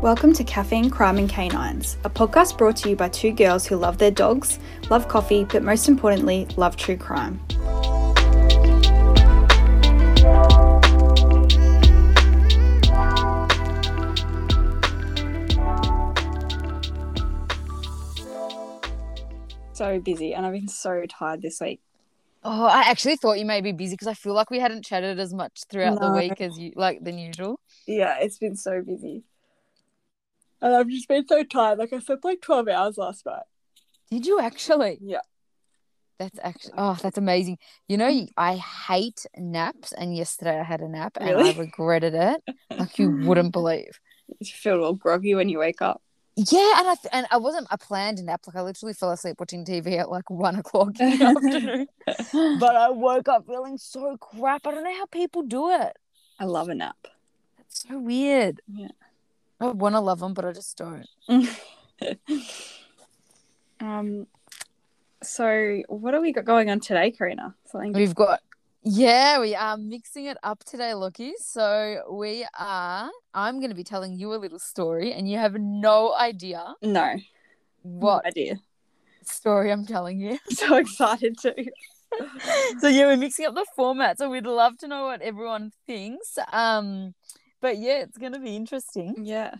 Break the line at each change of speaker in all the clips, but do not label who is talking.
Welcome to Caffeine, Crime and Canines, a podcast brought to you by two girls who love their dogs, love coffee, but most importantly, love true crime. So busy, and I've been so tired this week.
Oh, I actually thought you may be busy because I feel like we hadn't chatted as much throughout the
No.
week as you like than usual.
Yeah, it's been so busy. And I've just been so tired. Like, I slept like 12 hours last night.
Did you actually?
Yeah.
That's actually oh, that's amazing. You know, you- I hate naps, and yesterday I had a nap and
Really?
I regretted it like you wouldn't believe.
You feel all groggy when you wake up.
Yeah, and I and I wasn't a planned nap. Like I literally fell asleep watching TV at like one o'clock in the afternoon. But I woke up feeling so crap. I don't know how people do it.
I love a nap.
That's so weird.
Yeah.
I want to love them, but I just don't.
um, so what have we got going on today, Karina? Something.
We've got, yeah, we are mixing it up today, Lockie. So we are, I'm going to be telling you a little story, and you have no idea
No,
what
idea?
story I'm telling you.
So excited to.
so yeah, we're mixing up the format. So we'd love to know what everyone thinks. Um, but yeah, it's going to be interesting.
Yeah.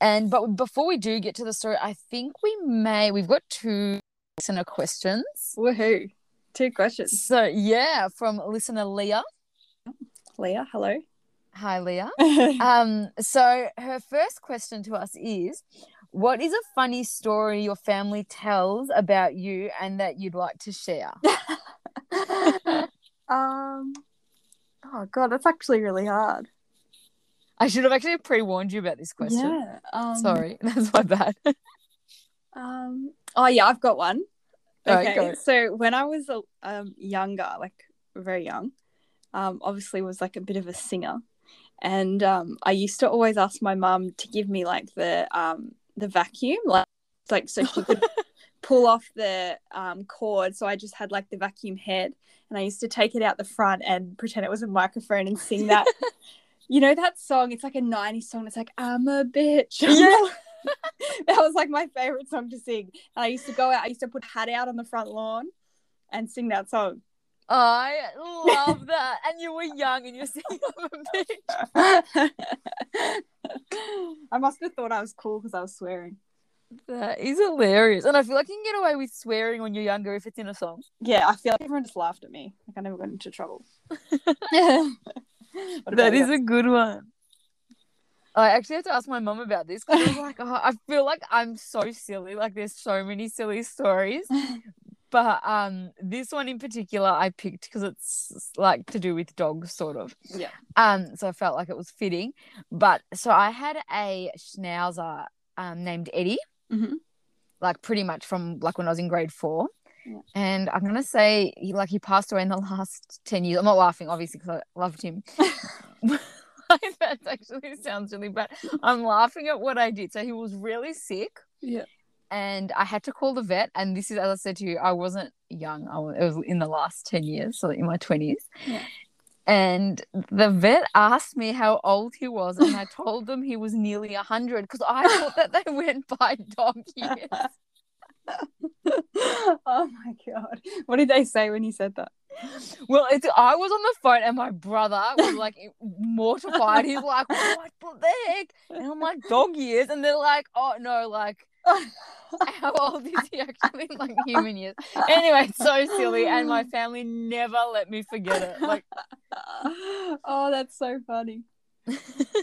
And but before we do get to the story, I think we may we've got two listener questions.
Woohoo! Two questions.
So yeah, from listener Leah.
Leah, hello.
Hi, Leah. Um, so her first question to us is, what is a funny story your family tells about you and that you'd like to share?
um. Oh god, that's actually really hard.
I should have actually pre-warned you about this question.
Yeah. Um,
Sorry, that's my bad.
Um. Oh yeah, I've got one.
Alright,
Okay,
go.
so when I was uh, um younger, like very young, um, obviously was like a bit of a singer, and um, I used to always ask my mum to give me like the um the vacuum, like like so she could pull off the um cord. So I just had like the vacuum head, and I used to take it out the front and pretend it was a microphone and sing that. You know that song? It's like a 90s song. It's like, I'm a bitch.
Yeah.
that was like my favorite song to sing. And I used to go out, I used to put hat out on the front lawn and sing that song.
I love that. And you were young and you're singing up a bit.
I must have thought I was cool because I was swearing.
That is hilarious. And I feel like you can get away with swearing when you're younger if it's in a song.
Yeah, I feel like everyone just laughed at me. Like I never got into trouble.
That is a good one. I actually had to ask my mum about this because I was like, oh, I feel like I'm so silly. Like there's so many silly stories, but um, this one in particular I picked because it's like to do with dogs, sort of.
yeah.
Um, so I felt like it was fitting. But so I had a schnauzer um named Eddie,
Mhm.
like pretty much from like when I was in grade four.
Yeah.
And I'm gonna say, he, like, he passed away in the last ten years. I'm not laughing, obviously, because I loved him. that actually sounds really bad. I'm laughing at what I did. So he was really sick,
Yeah.
and I had to call the vet. And this is, as I said to you, I wasn't young. I was, it was in the last ten years, so in my twenties.
Yeah.
And the vet asked me how old he was, and I told them he was nearly hundred because I thought that they went by dog years.
oh my god. What did they say when you said that?
Well, it's I was on the phone and my brother was like e, mortified. He's like, "What the heck?" And I'm like, "Dog years," and they're like, "Oh no, like how old is he actually? Like human years." Anyway, it's so silly, and my family never let me forget it. Like,
oh, that's so funny.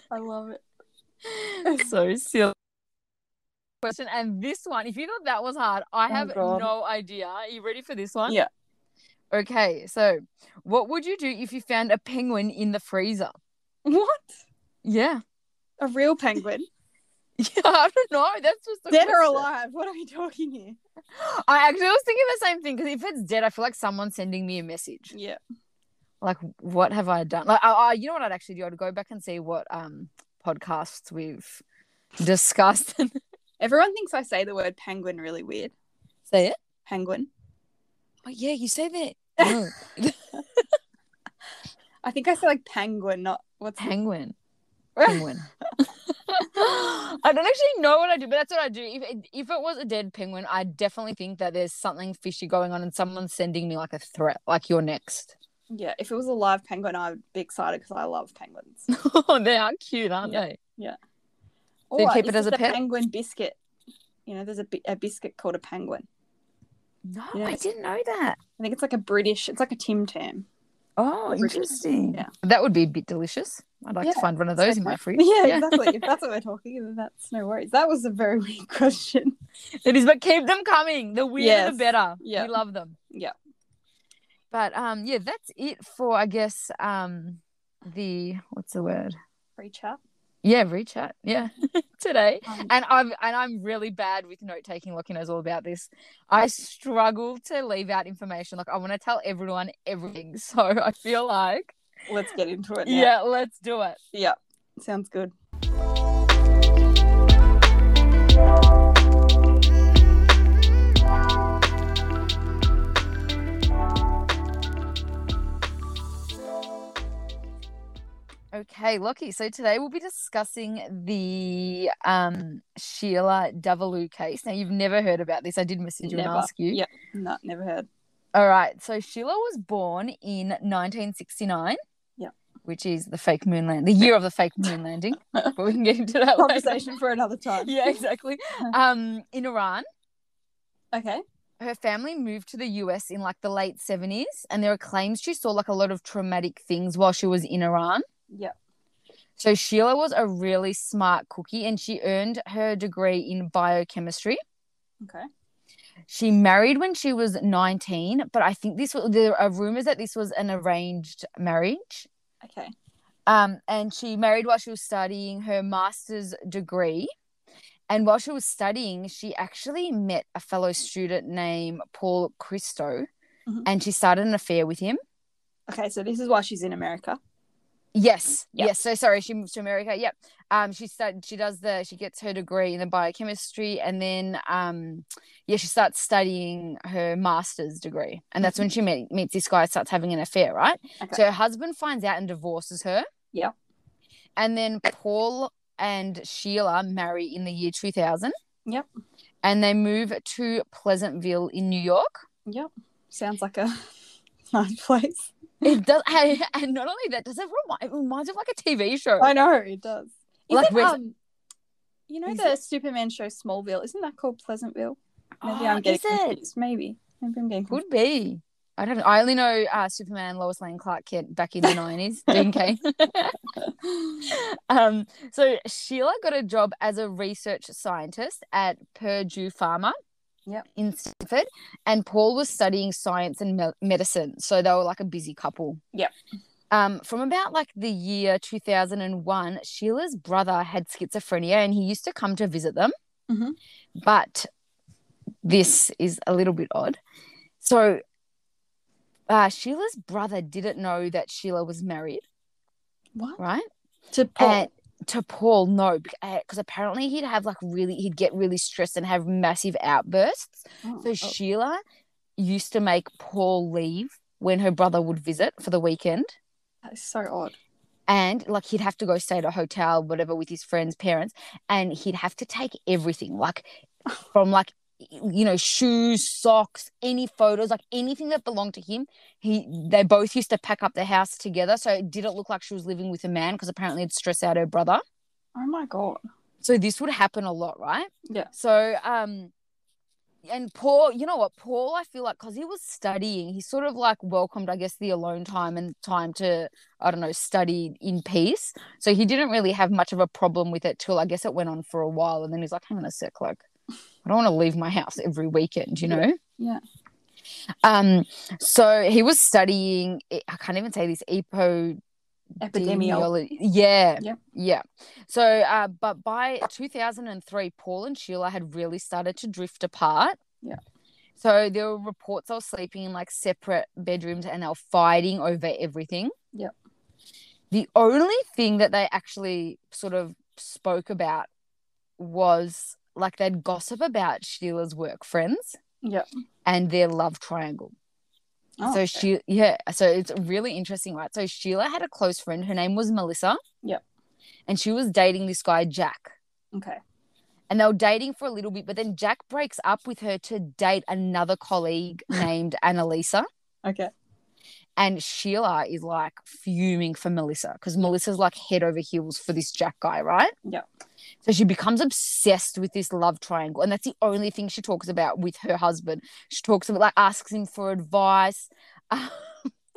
I love it.
so silly. Question and this one, if you thought that was hard, I
Oh,
have
God.
no idea. Are you ready for this one?
Yeah.
Okay, so what would you do if you found a penguin in the freezer?
What?
Yeah.
A real penguin?
Yeah, I don't know. That's just the
Dead or
question.
alive? What are we talking here?
I actually was thinking the same thing because if it's dead, I feel like someone's sending me a message.
Yeah.
Like, what have I done? Like, I, I, you know what I'd actually do? I'd go back and see what um podcasts we've discussed and
Everyone thinks I say the word penguin really weird.
say it.
Penguin.
Oh yeah, you say that. No,
I think I say like penguin, not what's
penguin.
the-
Penguin. I don't actually know what I do, but that's what I do. If it, if it was a dead penguin, I definitely think that there's something fishy going on, and someone's sending me like a threat, like you're next.
Yeah, if it was a live penguin, I would be excited because I love penguins.
oh, they are cute, aren't
Yeah.
they?
Or
keep it
is
as a
the
pet?
penguin biscuit. You know, there's a, bi- a biscuit called a penguin.
No,
Yeah.
I didn't know that.
I think it's like a British. It's like a Tim Tam.
Oh,
British.
interesting.
Yeah.
That would be a bit delicious. I'd like
Yeah.
to find one of those in my fridge.
Yeah, exactly. if that's what we're talking, then that's no worries. That was a very weird question.
It is, but keep them coming. The weirder,
Yes.
the better.
Yeah.
We love them.
Yeah.
But um, yeah, that's it for I guess um, the what's the word?
Free chat.
Yeah, reach out. Yeah, today.
Um,
And I'm and I'm really bad with note taking. Lockie knows all about this. I struggle to leave out information. Like I want to tell everyone everything. So I feel like
let's get into it. Now.
yeah, let's do it.
Yeah. Sounds good.
Okay, Lockie. So today we'll be discussing the um, Sheila Davalu case. Now you've never heard about this. I did message you and
Never.
ask you.
Yeah. No, never heard.
All right. So Sheila was born in 1969.
Yeah.
Which is the fake moon land, the year of the fake moon landing. but we can get into that later.
Conversation for another time.
Yeah, exactly. Um, in Iran,
Okay.
her family moved to the US in like the late 70s, and there are claims she saw like a lot of traumatic things while she was in Iran.
Yeah.
So Sheila was a really smart cookie, and she earned her degree in biochemistry.
Okay.
She married when she was 19, but I think this was there are rumors that this was an arranged marriage.
Okay.
Um, and she married while she was studying her master's degree. And while she was studying, she actually met a fellow student named Paul Christo
Mhm.
and she started an affair with him.
Okay. So this is why she's in America.
Yes.
Yeah.
Yes. So sorry, she moves to America. Yep. Um, she started she does the she gets her degree in the biochemistry and then um yeah, she starts studying her master's degree. And that's when she meet, meets this guy, starts having an affair, right?
Mm-hmm. Okay.
So her husband finds out and divorces her.
Yep.
And then Paul and Sheila marry in the year 2000.
Yep.
And they move to Pleasantville in New York.
Yep. Sounds like a nice place.
It does, and and not only that, does it remind it reminds me of like a TV show?
I know it does. Is
Like
it,
with-
um, you know
Is
the Superman show Smallville? Isn't that called Pleasantville? Maybe
Oh,
I'm getting
is it?
confused. Maybe. Maybe I'm getting confused.
Could be. I don't. know. I only know uh, Superman and Lois Lane Clark Kent back in the nineties. Dean Kane. um. So Sheila got a job as a research scientist at Purdue Pharma.
Yep.
In Stanford, and Paul was studying science and me- medicine, so they were like a busy couple.
Yep.
Um, from about like the year 2001, Sheila's brother had schizophrenia and he used to come to visit them.
Mhm.
But this is a little bit odd. So uh, Sheila's brother didn't know that Sheila was married,
What?
right?
To Paul.
And to Paul, no, because apparently he'd have like really, he'd get really stressed and have massive outbursts.
Oh,
So
oh,
Sheila used to make Paul leave when her brother would visit for the weekend.
that's oh, so odd.
And like he'd have to go stay at a hotel, whatever, with his friends' parents, and he'd have to take everything, like from like you know shoes, socks, any photos, like anything that belonged to him. He they both used to pack up the house together, so it didn't look like she was living with a man because apparently it'd stress out her brother.
Oh my god.
So this would happen a lot, right?
Yeah.
So um and Paul, you know what, Paul, I feel like because he was studying, he sort of like welcomed, I guess, the alone time and time to, I don't know, study in peace. So he didn't really have much of a problem with it till I guess it went on for a while. And then he's like, hang on a sec, like, I don't want to leave my house every weekend, you
Yeah.
know?
Yeah.
Um, so he was studying, I can't even say this, E epo
Epidemiology.
Epidemiolo- Yeah.
Yep.
Yeah. So, uh, but by 2003, Paul and Sheila had really started to drift apart.
Yeah.
So there were reports they were sleeping in like separate bedrooms and they were fighting over everything.
Yep.
The only thing that they actually sort of spoke about was like they'd gossip about Sheila's work friends
Yep.
and their love triangle
Oh,
so
okay.
she yeah so it's really interesting right so sheila had a close friend her name was melissa
Yep.
and she was dating this guy jack
Okay.
and they were dating for a little bit, but then Jack breaks up with her to date another colleague named Annalisa.
Okay.
And Sheila is like fuming for Melissa because Melissa's like head over heels for this Jack guy, right?
Yeah.
So she becomes obsessed with this love triangle. And that's the only thing she talks about with her husband. She talks about like asks him for advice. Um,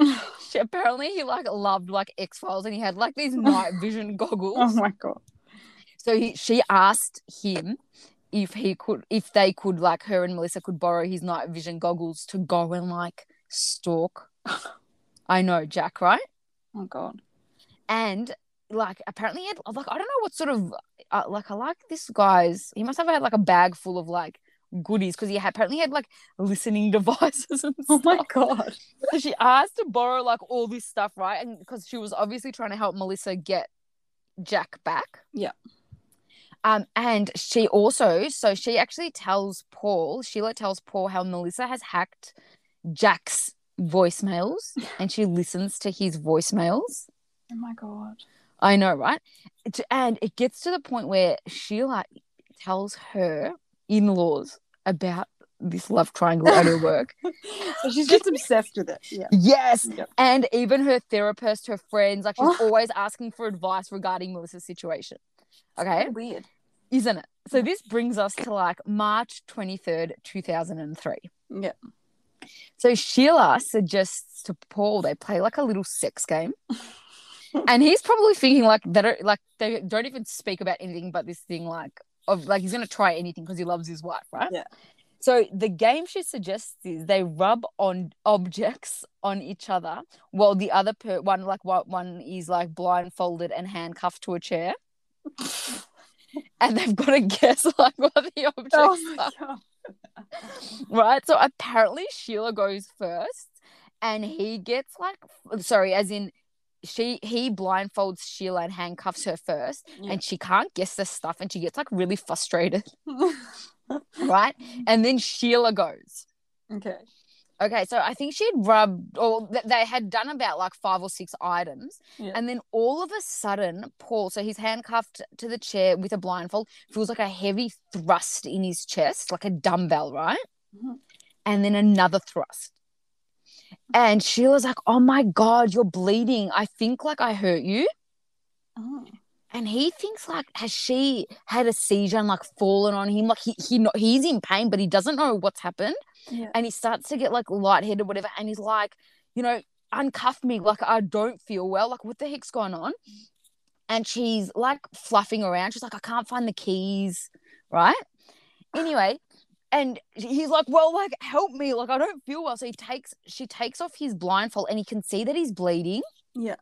Oh
she, apparently he like loved like X Files and he had like these night vision goggles.
Oh my god.
So he, she asked him if he could, if they could, like her and Melissa could borrow his night vision goggles to go and like stalk. I know Jack, right?
Oh god.
And like apparently, he had, like I don't know what sort of uh, like I like this guy's. He must have had like a bag full of like goodies because he had, apparently had like listening devices and
Oh my
stuff.
god.
So she asked to borrow like all this stuff, right? And because she was obviously trying to help Melissa get Jack back.
Yeah.
Um, and she also, so she actually tells Paul, Sheila tells Paul how Melissa has hacked Jack's voicemails and she listens to his voicemails.
Oh my god.
I know, right? It's- And it gets to the point where Sheila tells her in laws about this love triangle at her work.
So she's just obsessed with it. Yeah.
Yes.
Yep.
And even her therapist, her friends, like she's
Oh.
always asking for advice regarding Melissa's situation. Okay.
Weird.
Isn't it? So this brings us to like March 23rd, 2003.
Yep.
So Sheila suggests to Paul they play like a little sex game. and he's probably thinking like they don't like they don't even speak about anything but this thing like of like he's gonna try anything because he loves his wife, right?
Yeah.
So the game she suggests is they rub on objects on each other while the other per- one like one one is like blindfolded and handcuffed to a chair. and they've got to guess like what the objects
Oh
are
my god.
right? So apparently Sheila goes first, and he gets like, sorry, as in she he blindfolds Sheila and handcuffs her first,
Yeah.
and she can't guess the stuff, and she gets like really frustrated, right? And then Sheila goes.
okay.
Okay, so I think she'd rubbed, or th- they had done about like five or six items.
Yeah.
And then all of a sudden, Paul, so he's handcuffed to the chair with a blindfold, feels like a heavy thrust in his chest, like a dumbbell, right?
Mhm.
And then another thrust. And Sheila's like, oh my God, you're bleeding. I think like I hurt you.
Oh.
And he thinks like, has she had a seizure and like fallen on him? Like he, he, kno- he's in pain, but he doesn't know what's happened
Yeah.
and he starts to get like lightheaded, whatever. And he's like, you know, uncuff me, like I don't feel well. Like, what the heck's going on? And she's like fluffing around. She's like, I can't find the keys, right? Anyway, and he's like, well, like help me, like I don't feel well. So he takes, she takes off his blindfold, and he can see that he's bleeding.
Yeah.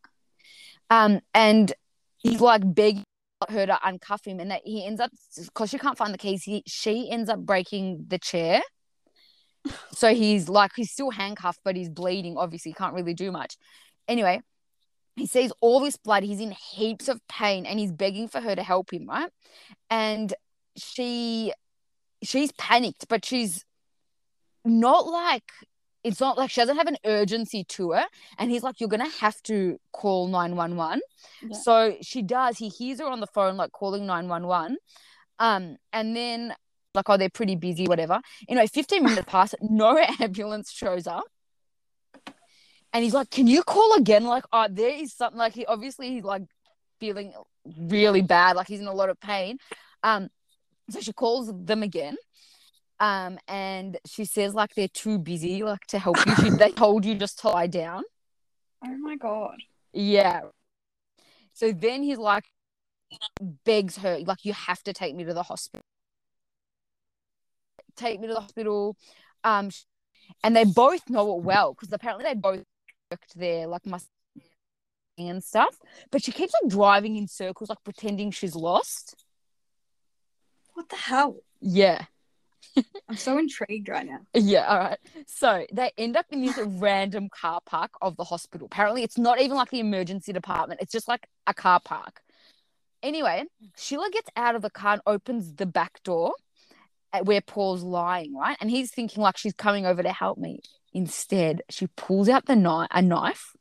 Um, and he's like begging her to uncuff him, and that he ends up because she can't find the keys. He, she ends up breaking the chair. So he's like, he's still handcuffed, but he's bleeding. Obviously, he can't really do much. Anyway, he sees all this blood. He's in heaps of pain and he's begging for her to help him, right? And she, she's panicked, but she's not like, it's not like she doesn't have an urgency to her. And he's like, you're going to have to call 911.
Yeah.
So she does. He hears her on the phone, like calling 911. Um, and then, like, oh, they're pretty busy, whatever. You know, 15 minutes pass, no ambulance shows up. And he's like, Can you call again? Like, oh, there is something like he obviously he's like feeling really bad, like he's in a lot of pain. Um, so she calls them again. Um, and she says, like, they're too busy, like to help you. She, they told you just to lie down.
Oh my god.
Yeah. So then he's like begs her, like, you have to take me to the hospital. Take me to the hospital. Um sh- and they both know it well because apparently they both worked there, like my and stuff. But she keeps like driving in circles, like pretending she's lost.
What the hell?
Yeah.
I'm so intrigued right now.
Yeah, all right. So they end up in this random car park of the hospital. Apparently, it's not even like the emergency department, it's just like a car park. Anyway, Sheila gets out of the car and opens the back door at where Paul's lying, right? And he's thinking, like, she's coming over to help me. Instead, she pulls out the knife, a knife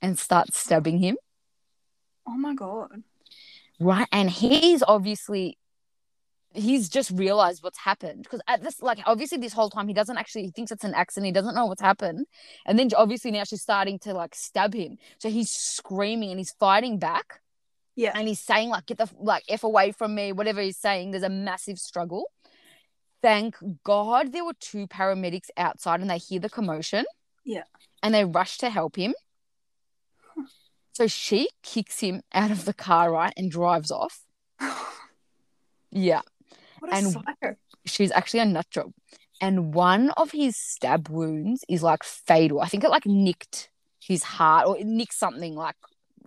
and starts stabbing him,
Oh my god.
right? And he's obviously he's just realized what's happened because at this like obviously this whole time he doesn't actually he thinks it's an accident he doesn't know what's happened and then obviously now she's starting to like stab him so he's screaming and he's fighting back
Yeah.
and he's saying like get the like f away from me whatever he's saying there's a massive struggle thank god there were two paramedics outside and they hear the commotion
Yeah.
and they rush to help him so she kicks him out of the car right and drives off yeah
what a
And-
psycho.
she's actually a nut job. And one of his stab wounds is like fatal. I think it like nicked his heart or it nicked something like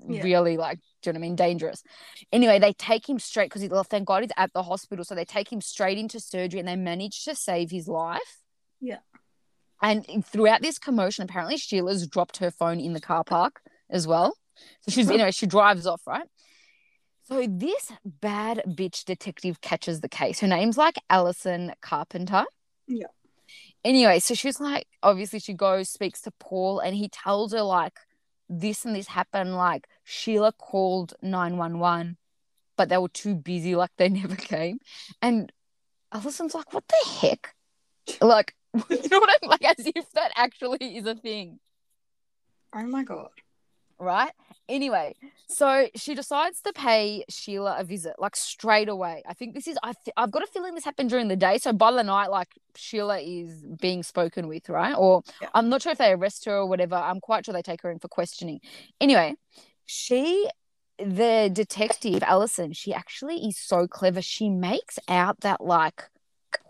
Yeah.
really like, do you know what I mean? Dangerous. Anyway, they take him straight because well, thank God he's at the hospital. So they take him straight into surgery and they manage to save his life.
Yeah.
And throughout this commotion, apparently Sheila's dropped her phone in the car park as well. So she's, anyway, she drives off, right? So this bad bitch detective catches the case. Her name's like Alison Carpenter.
Yeah.
Anyway, so she's like, obviously she goes, speaks to Paul, and he tells her like this and this happened. Like Sheila called 911, but they were too busy, like they never came. And Alison's like, what the heck? Like, you know what I'm like? As if that actually is a thing
Oh my god.
right? Anyway, so she decides to pay Sheila a visit, like straight away. I think this is, I fe- I've got a feeling this happened during the day. So by the night, like Sheila is being spoken with, right? Or
Yeah.
I'm not sure if they arrest her or whatever. I'm quite sure they take her in for questioning. Anyway, she, the detective, Allison, she actually is so clever. She makes out that, like,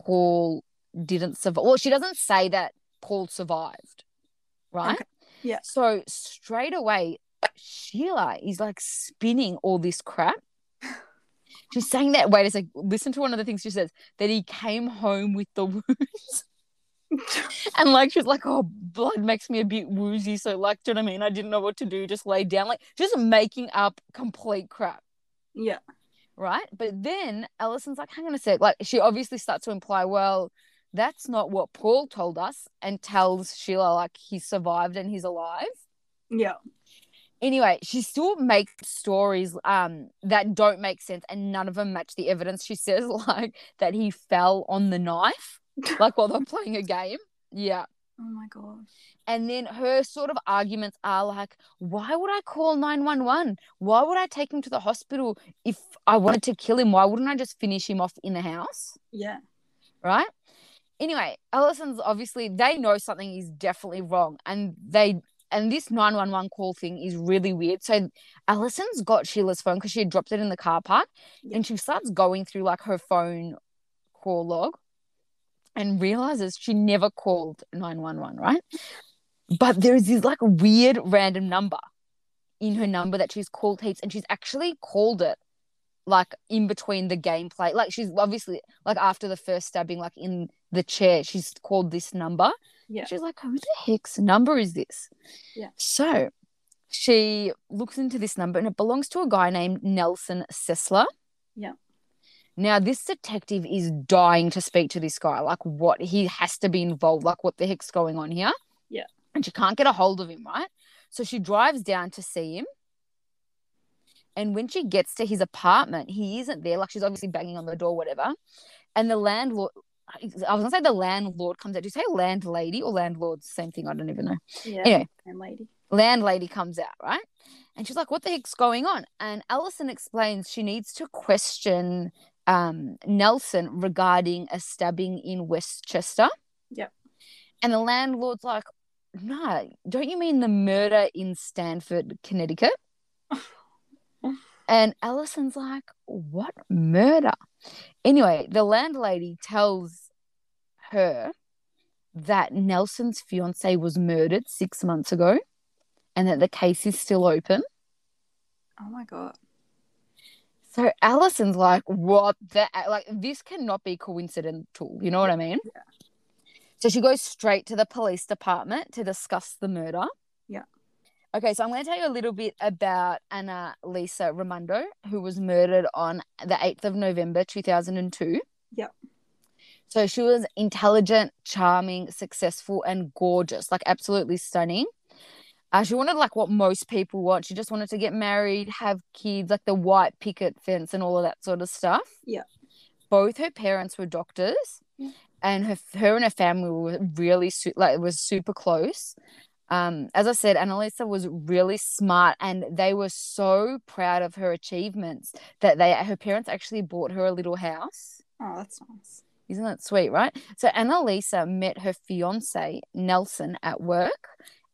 Paul didn't survive. Well, she doesn't say that Paul survived, right?
Okay. Yeah.
So straight away, Sheila is like spinning all this crap. She's saying that. Wait a sec. Listen to one of the things she says that he came home with the wounds, and like she's like, "Oh, blood makes me a bit woozy." So like, do you know what I mean? I didn't know what to do. Just lay down, like just making up complete crap
yeah.
right? But then Allison's like, hang on a sec. Like, she obviously starts to imply, well, that's not what Paul told us, and tells Sheila, like, he survived and he's alive.
Yeah.
Anyway, she still makes stories um, that don't make sense, and none of them match the evidence. She says, like, that he fell on the knife, like, while they're playing a game. Yeah.
Oh my god.
And then her sort of arguments are like, why would I call 911? Why would I take him to the hospital if I wanted to kill him? Why wouldn't I just finish him off in the house?
Yeah.
Right? Anyway, Allison's obviously, they know something is definitely wrong. And they, and this 911 call thing is really weird. So Allison's got Sheila's phone because she had dropped it in the car park
Yeah.
and she starts going through like her phone call log and realizes she never called 911, right? But there's this like weird random number in her number that she's called heaps and she's actually called it like in between the gameplay. Like she's obviously like after the first stabbing, like in the chair, she's called this number.
Yeah.
She's like, who the heck's number is this?
Yeah.
So she looks into this number and it belongs to a guy named Nelson Sessler.
Yeah.
Now this detective is dying to speak to this guy. Like what he has to be involved. Like what the heck's going on here?
Yeah.
And she can't get a hold of him, right? So she drives down to see him. And when she gets to his apartment, he isn't there. Like she's obviously banging on the door, whatever. And the landlord I was gonna say the landlord comes out. Do you say landlady or landlord's same thing? I don't even know
Yeah.
Anyway.
And lady.
landlady comes out, right? And she's like, "What the heck's going on?" And Allison explains she needs to question um, Nelson regarding a stabbing in Westchester.
Yep.
And the landlord's like, "No, don't you mean the murder in Stanford, Connecticut?" and Allison's like, "What murder?" Anyway, the landlady tells her that Nelson's fiance was murdered six months ago and that the case is still open.
Oh my god.
So Allison's like, what the? Like, this cannot be coincidental. You know what I mean? So she goes straight to the police department to discuss the murder.
Yeah.
Okay, so I'm going to tell you a little bit about Anna Lisa Raimondo, who was murdered on the 8th of November 2002.
Yeah.
So she was intelligent, charming, successful, and gorgeous, like absolutely stunning. Uh, she wanted like what most people want. She just wanted to get married, have kids, like the white picket fence and all of that sort of stuff.
Yeah.
both her parents were doctors, and her her and her family were really su- like was super close. Um, as I said, Annalisa was really smart, and they were so proud of her achievements that they her parents actually bought her a little house.
Oh, that's nice.
Isn't that sweet, right? So Annalisa met her fiance Nelson at work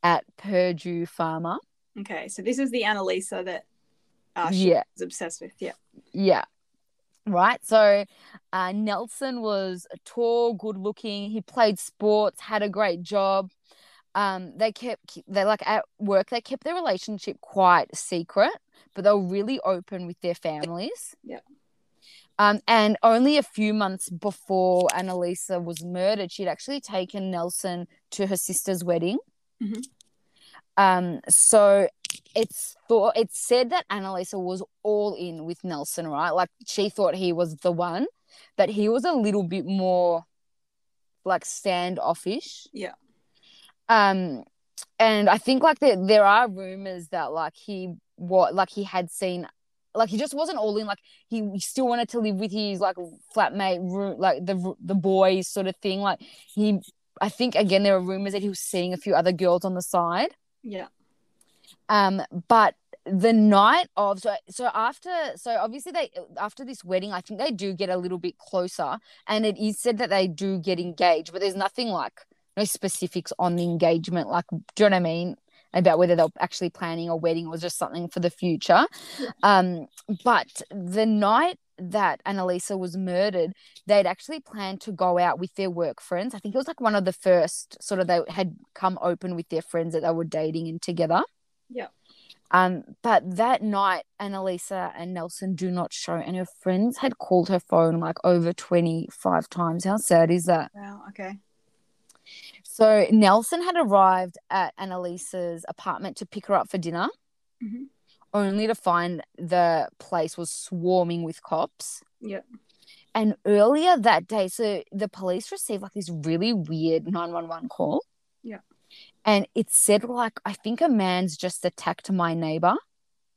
at Purdue Pharma.
Okay, so this is the Annalisa that uh, she
yeah,
was obsessed with. Yeah.
yeah. Right. So uh, Nelson was tall, good looking. He played sports, had a great job. Um, they kept, they like at work, they kept their relationship quite secret, but they were really open with their families.
Yeah.
Um, and only a few months before Annalisa was murdered, she'd actually taken Nelson to her sister's wedding.
Mhm.
Um, so it's thought it's said that Annalisa was all in with Nelson, right? Like she thought he was the one, but he was a little bit more like standoffish.
Yeah.
Um, and I think like there there are rumors that like he what like he had seen like he just wasn't all in like he still wanted to live with his like flatmate roo- like the the boys sort of thing like he I think again there are rumors that he was seeing a few other girls on the side
Yeah.
um but the night of so so after so obviously they after this wedding i think they do get a little bit closer and it is said that they do get engaged but there's nothing like no specifics on the engagement like do you know what i mean about whether they're actually planning a wedding or just something for the future
Yeah.
um but the night that Annalisa was murdered, they'd actually planned to go out with their work friends. I think it was like one of the first sort of they had come open with their friends that they were dating and together. Um, but that night, Annalisa and Nelson do not show, and her friends had called her phone like over 25 times. How sad is that?
Wow. Okay.
So, Nelson had arrived at Annalisa's apartment to pick her up for dinner,
hmm
only to find the place was swarming with cops.
Yep.
And earlier that day, so the police received like this really weird 911 call.
Yeah.
And it said, like, I think a man's just attacked my neighbor.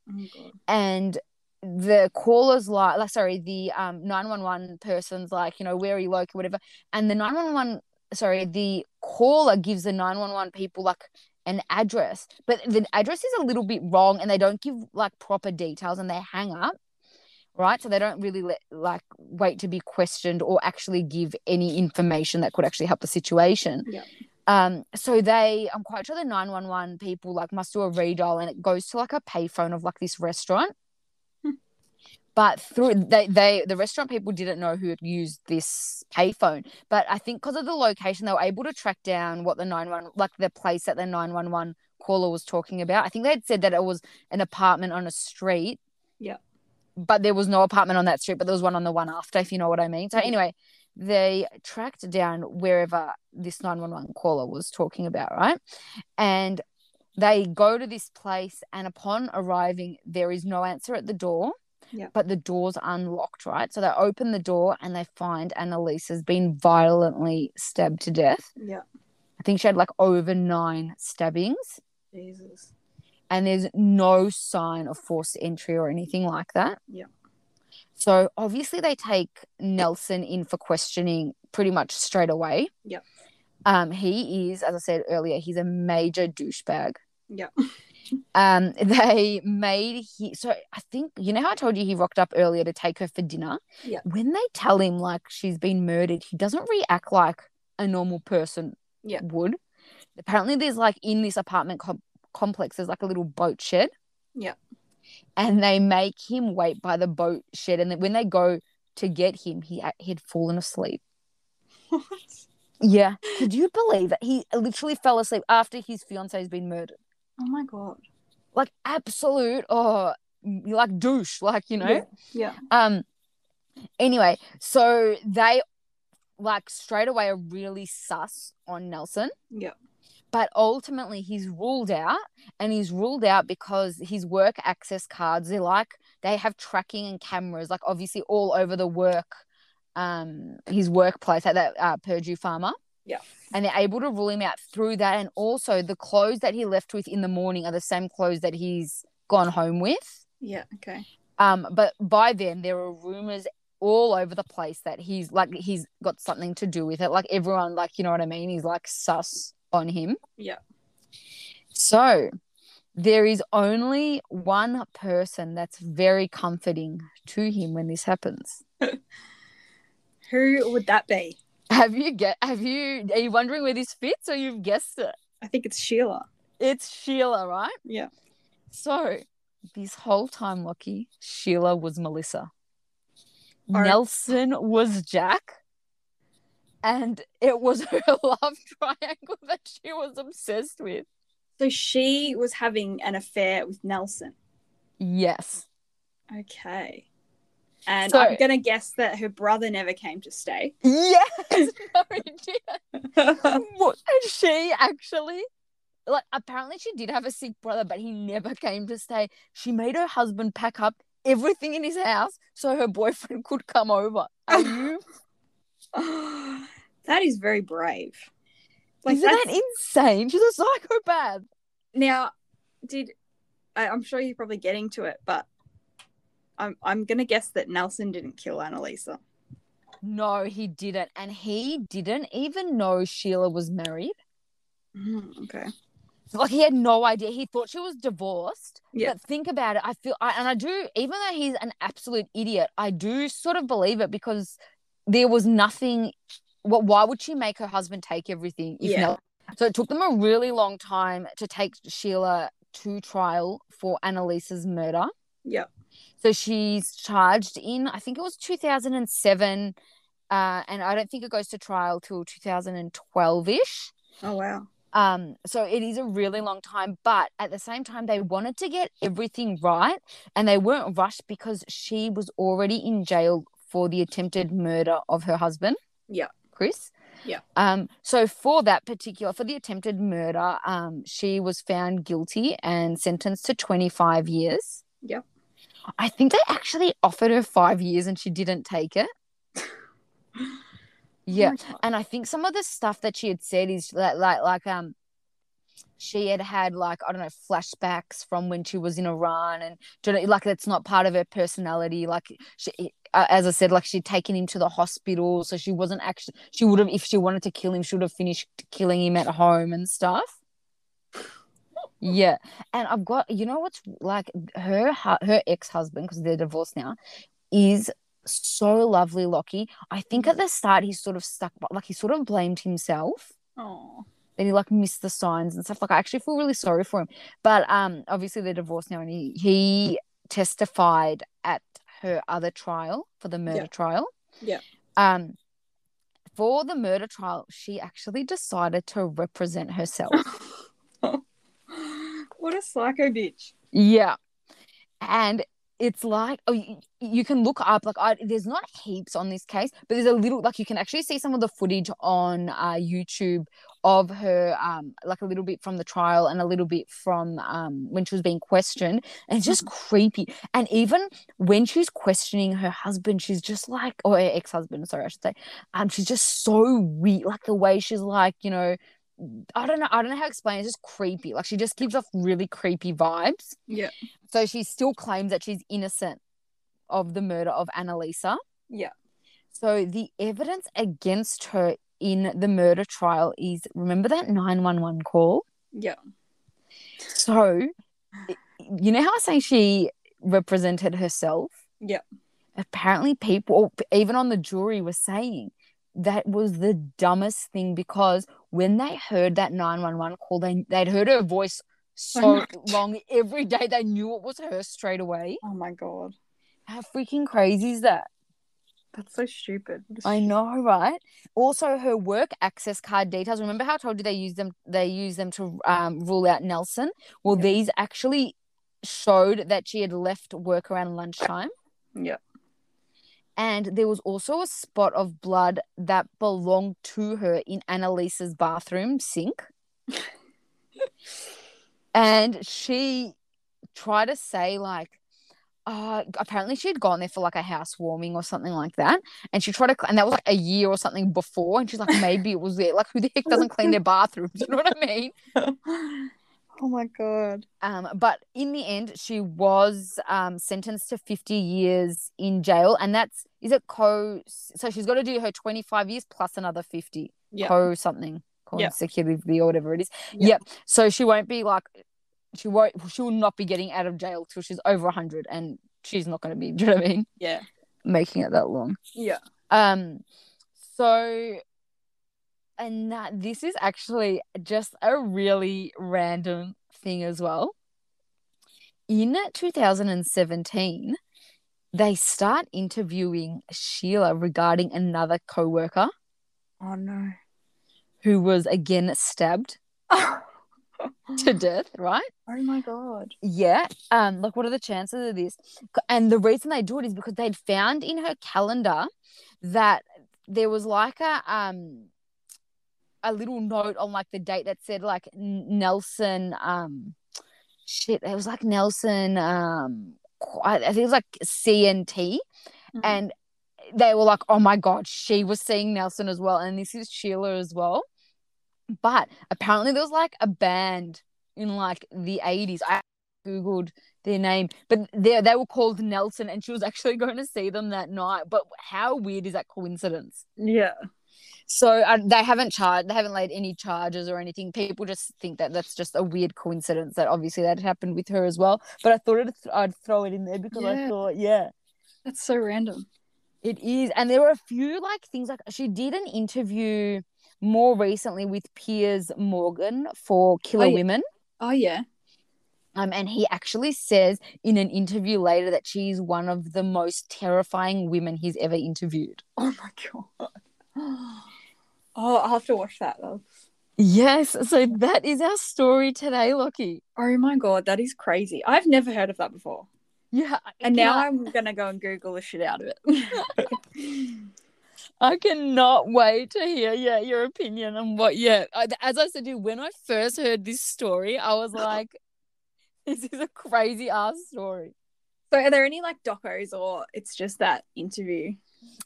Oh my god.
and the caller's like, like sorry, the um nine one one person's like, you know, where are you located, whatever, and the nine one one, sorry, the caller gives the nine one one people like an address, but the address is a little bit wrong, and they don't give like proper details, and they hang up, right? So they don't really let like wait to be questioned or actually give any information that could actually help the situation.
Yeah.
Um, so they, I'm quite sure the 911 people like must do a redial and it goes to like a payphone of like this restaurant.
Hmm.
But through they, they, the restaurant people didn't know who had used this payphone. But I think because of the location, they were able to track down what the 911, like the place that the 911 caller was talking about. I think they'd said that it was an apartment on a street.
Yeah.
But there was no apartment on that street, but there was one on the one after, if you know what I mean. So
Yeah.
anyway, they tracked down wherever this 911 caller was talking about, right? And they go to this place, and upon arriving, there is no answer at the door,
Yeah.
but the door's unlocked, right? So they open the door and they find Annalise has been violently stabbed to death.
Yeah.
I think she had like over nine stabbings,
Jesus.
and there's no sign of forced entry or anything like that.
Yeah.
So obviously they take Nelson in for questioning pretty much straight away.
Yep.
Um, he is, as I said earlier, he's a major douchebag.
Yeah.
Um, they made he so I think you know how I told you he rocked up earlier to take her for dinner.
Yeah.
When they tell him like she's been murdered, he doesn't react like a normal person
Yeah.
would. Apparently, there's like in this apartment com- complex, there's like a little boat shed.
Yeah.
And they make him wait by the boat shed, and then when they go to get him, he he had fallen asleep.
What?
Yeah. Could you believe it? He literally fell asleep after his fiance's been murdered.
Oh my god.
Like absolute oh like douche, like you know.
Yeah. Yeah.
Um anyway, so they like straight away are really sus on Nelson.
Yeah.
But ultimately he's ruled out and he's ruled out because his work access cards, they're like they have tracking and cameras, like obviously all over the work um his workplace at that uh, Purdue farmer.
Yeah.
And they're able to rule him out through that and also the clothes that he left with in the morning are the same clothes that he's gone home with.
Yeah. Okay.
Um, but by then there were rumors all over the place that he's like he's got something to do with it. Like everyone, like you know what I mean. He's like sus on him.
Yeah.
So there is only one person that's very comforting to him when this happens.
Who would that be?
Have you get? Have you? Are you wondering where this fits, or you've guessed it?
I think it's Sheila.
It's Sheila, right?
Yeah.
So this whole time, Lockie, Sheila was Melissa.
Or-
Nelson was Jack. And it was her love triangle that she was obsessed with.
So she was having an affair with Nelson.
Yes.
Okay. And
So-
I'm gonna guess that her brother never came to stay.
Yes. No, he didn't. What? And she actually, like, apparently she did have a sick brother, but he never came to stay. She made her husband pack up everything in his house so her boyfriend could come over. Are you?
that is very brave. Like
Isn't
that's,
that insane? She's a psychopath.
now, did I, I'm sure you're probably getting to it, but I'm I'm gonna guess that Nelson didn't kill Annalisa.
No, he didn't. And he didn't even know Sheila was married.
Mm, okay.
Like he had no idea. He thought she was divorced.
Yeah.
But think about it. I feel I, and I do even though he's an absolute idiot, I do sort of believe it because there was nothing what why would she make her husband take everything if
Yeah.
no- So it took them a really long time to take Sheila to trial for Annalisa's murder.
Yeah.
So she's charged in, I think it was 2007, uh, and I don't think it goes to trial till 2012 ish.
Oh wow.
Um, so it is a really long time, but at the same time, they wanted to get everything right and they weren't rushed because she was already in jail for the attempted murder of her husband.
Yeah.
Chris.
Yeah.
Um, so for that particular, for the attempted murder, um, she was found guilty and sentenced to 25 years.
Yep.
I think they actually offered her five years and she didn't take it. yeah
Oh my God.
and I think some of the stuff that she had said is that like like um she had had like I don't know flashbacks from when she was in Iran and do you know, like that's not part of her personality like she uh, as I said like she'd taken him to the hospital so she wasn't actually she would have if she wanted to kill him she would have finished killing him at home and stuff yeah and I've got you know what's like her hu- her ex-husband because they're divorced now is so lovely Lockie I think
Mm.
at the start he sort of stuck, by- like he sort of blamed himself
Aw.
that he like missed the signs and stuff. Like I actually feel really sorry for him, but um, obviously they're divorced now, and he he testified at her other trial for the murder
Yeah.
trial.
Yeah.
Um, for the murder trial, she actually decided to represent herself.
what a psycho bitch.
Yeah. And it's like, oh, you, you can look up, like, I, there's not heaps on this case, but there's a little, like, you can actually see some of the footage on uh, YouTube of her, um, like, a little bit from the trial and a little bit from um, when she was being questioned. And it's just creepy. And even when she's questioning her husband, she's just like, or her ex husband, sorry, I should say, um, she's just so weird, like, the way she's like, you know, I don't know. I don't know how to explain. it, It's just creepy. Like she just gives off really creepy vibes.
Yeah.
So she still claims that she's innocent of the murder of Annalisa.
Yeah.
So the evidence against her in the murder trial is remember that 911 call?
Yeah.
So i- you know how I say she represented herself?
Yeah.
Apparently people even on the jury were saying that was the dumbest thing because when they heard that 911 call, they they'd heard her voice so
much.
long every day they knew it was her straight away.
Oh my god.
How freaking crazy is that?
That's so stupid. What a
I
stu-
know, right? Also, her work access card details. Remember how I told you they use them? They use them to um, rule out Nelson. Well,
Yep.
these actually showed that she had left work around lunchtime,
Yeah.
and there was also a spot of blood that belonged to her in Annalisa's bathroom sink. and she tried to say like uh, apparently she had gone there for like a housewarming or something like that and she tried to cl- and that was like a year or something before and she's like maybe it was there like who the heck doesn't clean their bathrooms you know what i mean
Oh my god.
Um, but in the end, she was um, sentenced to 50 years in jail, and that's is it co? So she's got to do her 25 years plus another 50
Yeah.
co something
Yeah.
consecutively or whatever it is.
Yeah.
Yep. So she won't be like she won't. She will not be getting out of jail till she's over 100, and she's not going to be. Do you know what I mean?
yeah.
Making it that long.
Yeah.
Um, so, and that this is actually just a really random thing as well. In 2017, they start interviewing Sheila regarding another coworker
Oh no.
who was again stabbed
oh
to death, right?
my god.
Yeah. Um, like, what are the chances of this? C- And the reason they do it is because they'd found in her calendar that there was like a um a little note on like the date that said like N- Nelson um shit. It was like Nelson um qu- I I think it was like CNT
Mhm.
and they were like, oh my god, she was seeing Nelson as well, and this is Sheila as well. But apparently, there was like a band in like the eighties. I googled their name, but they they were called Nelson, and she was actually going to see them that night. But how weird is that coincidence?
Yeah.
So uh, they haven't charged, they haven't laid any charges or anything. People just think that that's just a weird coincidence that obviously that happened with her as well. But I thought it, I'd throw it in there because I
Yeah.
thought, yeah.
That's so random.
It is. And there were a few like things like she did an interview more recently with Piers Morgan for Killer
yeah.
Women.
Oh yeah.
Um, and he actually says in an interview later that she's one of the most terrifying women he's ever interviewed.
Oh my god. Oh, I'll have to watch that though.
Yes. So that is our story today, Lockie.
Oh my god, that is crazy. I've never heard of that before.
Yeah.
And now I'm gonna go and Google the shit out of it.
I cannot wait to hear yeah your opinion on what yeah I- as I said to you when I first heard this story I was like this is a crazy ass story.
so, are there any like docos or it's just that interview?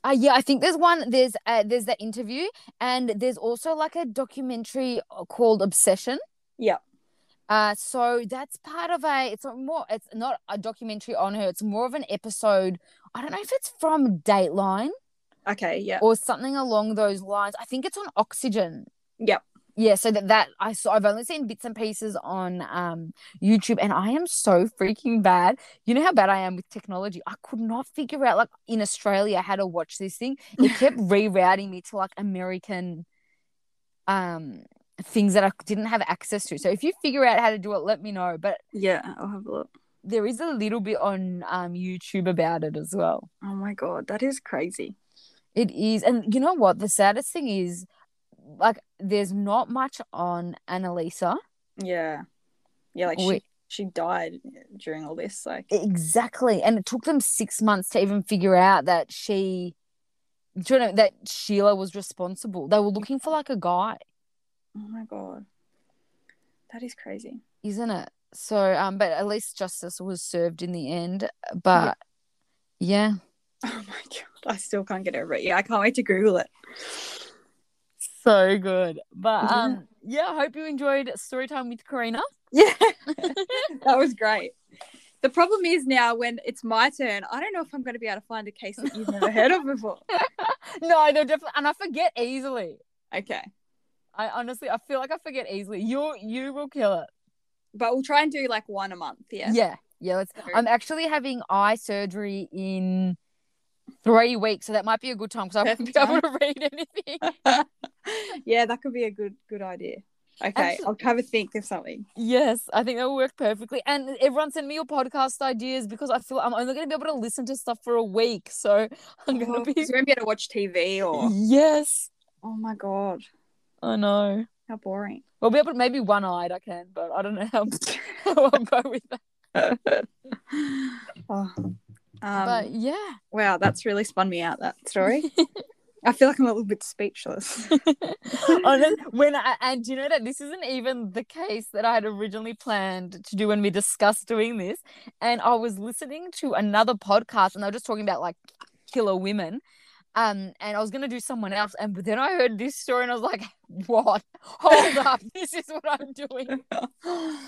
Uh, yeah I think there's one there's uh, there's that interview and there's also like a documentary uh, called Obsession.
Yeah.
Uh so that's part of a it's not more it's not a documentary on her it's more of an episode I don't know if it's from Dateline
Okay, yeah.
or something along those lines. I think it's on Oxygen.
Yep.
Yeah, so that, that I saw I've only seen bits and pieces on um YouTube and I am so freaking bad. You know how bad I am with technology. I could not figure out like in Australia how to watch this thing. It kept rerouting me to like American um things that I didn't have access to. So if you figure out how to do it, let me know. But
Yeah, I'll have a look.
there is a little bit on um YouTube about it as well.
Oh my god, that is crazy.
It is. And you know what? The saddest thing is, like, there's not much on Annalisa.
Yeah. Yeah, like
Wait.
she she died during all this, like
Exactly. And it took them six months to even figure out that she, do you know, that Sheila was responsible. They were looking for like a guy,
oh my god. That is crazy.
isn't it? So, um, but at least justice was served in the end. But yeah.
Oh my god. I still can't get over it. Yeah, I can't wait to Google it.
So good. But
Yeah.
um, yeah, I hope you enjoyed story time with Karina.
Yeah. that was great. The problem is now when it's my turn, I don't know if I'm going to be able to find a case that you've never heard of before.
no, they're definitely, and I forget easily.
Okay.
I honestly, I feel like I forget easily. You, you will kill it.
But we'll try and do like one a month. Yeah.
Yeah, yeah. let's, I'm actually having eye surgery in three weeks, so that might be a good time because I won't be
Perfect
able to read anything.
yeah, that could be a good good idea. Okay.
Absol-
I'll have a think of something.
yes, I think that will work perfectly. And everyone, send me your podcast ideas because I feel I'm only going to be able to listen to stuff for a week, so I'm
Oh,
going
'cause
to be.
you won't be able to watch TV or.
Yes,
Oh my God.
I know.
How boring.
We'll be able to maybe one eyed. I can, but I don't know how, how I'll go with that.
Oh. Um,
but yeah.
wow, that's really spun me out, that story. I feel like I'm a little bit speechless.
Honest, when I, and do you know that this isn't even the case that I had originally planned to do when we discussed doing this. And I was listening to another podcast and they were just talking about like killer women. Um, and I was gonna do someone else, and but then I heard this story, and I was like, "What? Hold up! This is what I'm doing."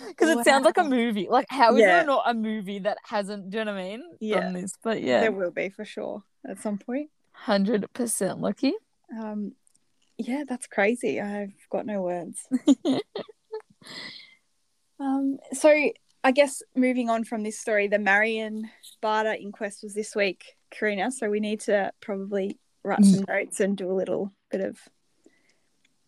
Because it sounds like a
Wow.
movie. Like, how is
Yeah.
there not a movie that hasn't? Do you know what I mean?
Yeah.
Done this, but yeah,
There will be for sure at some point.
hundred percent lucky.
Um, yeah, that's crazy. I've got no words. um, so I guess moving on from this story, the Marion Barter inquest was this week, Karina. So we need to probably write some notes and do a little bit of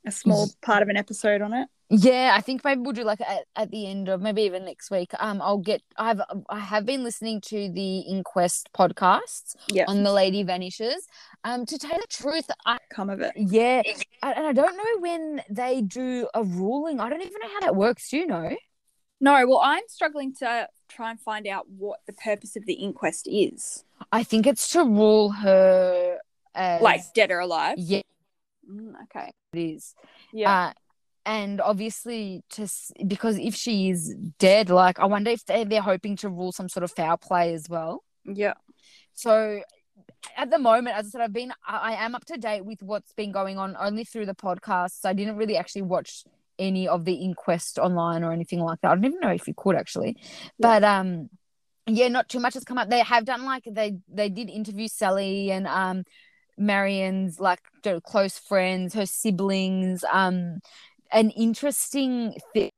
a small part of an episode on it.
Yeah, I think maybe we'll do like at, at the end of maybe even next week. Um, I'll get I've I have been listening to the inquest podcasts
Yeah,
on the lady vanishes. Um, to tell the truth, I
come of it.
yeah, I, and I don't know when they do a ruling. I don't even know how that works. Do you know?
No, well, I'm struggling to try and find out what the purpose of the inquest is,
I think it's to rule her as
like dead or alive.
yeah,
Mm, okay.
it is.
Yeah.
Uh, and obviously, to s- because if she is dead, like I wonder if they, they're hoping to rule some sort of foul play as well.
yeah.
So at the moment, as I said, I've been I I am up to date with what's been going on only through the podcasts. I didn't really actually watch any of the inquest online or anything like that. I don't even know if you could actually. But um yeah, not too much has come up. They have done like they they did interview Sally and um Marion's like their close friends, her siblings, um an interesting thing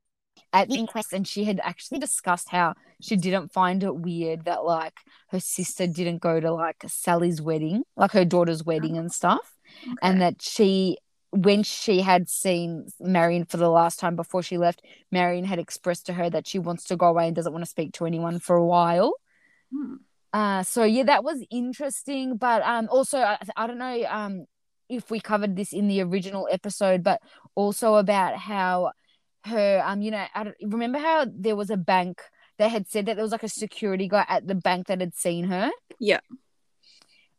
at the inquest and she had actually discussed how she didn't find it weird that like her sister didn't go to like Sally's wedding, like her daughter's wedding and stuff, and that she when she had seen Marion for the last time before she left, Marion had expressed to her that she wants to go away and doesn't want to speak to anyone for a while.
Hmm.
Uh, so yeah, that was interesting, but um, also I, I don't know um if we covered this in the original episode, but also about how her um you know I don't, remember how there was a bank they had said that there was like a security guy at the bank that had seen her.
Yeah.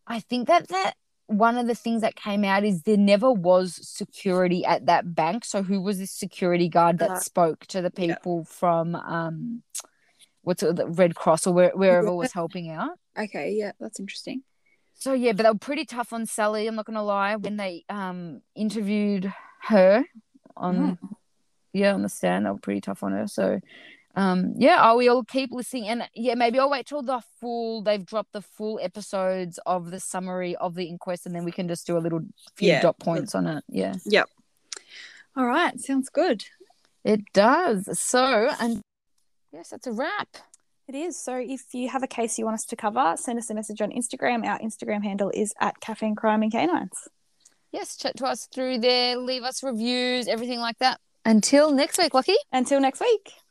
I think that that one of the things that came out is there never was security at that bank. So who was this security guard that
Uh,
spoke to the
yeah.
people from um what's it, the Red Cross or where, wherever was helping out?
Okay. Yeah, that's interesting.
So yeah, but they were pretty tough on Sally. I'm not gonna lie. When they um interviewed her on yeah on the stand, they were pretty tough on her. So um yeah, I will keep listening and yeah, maybe I'll wait till the full they've dropped the full episodes of the summary of the inquest and then we can just do a little few
Yeah.
dot points on it. Yeah.
All right. Sounds good.
It does. So and yes, that's a wrap.
It is. So if you have a case you want us to cover, send us a message on Instagram. Our Instagram handle is at Caffeine Crime and Canines.
Yes, chat to us through there, leave us reviews, everything like that. Until next week, Lucky.
Until next week.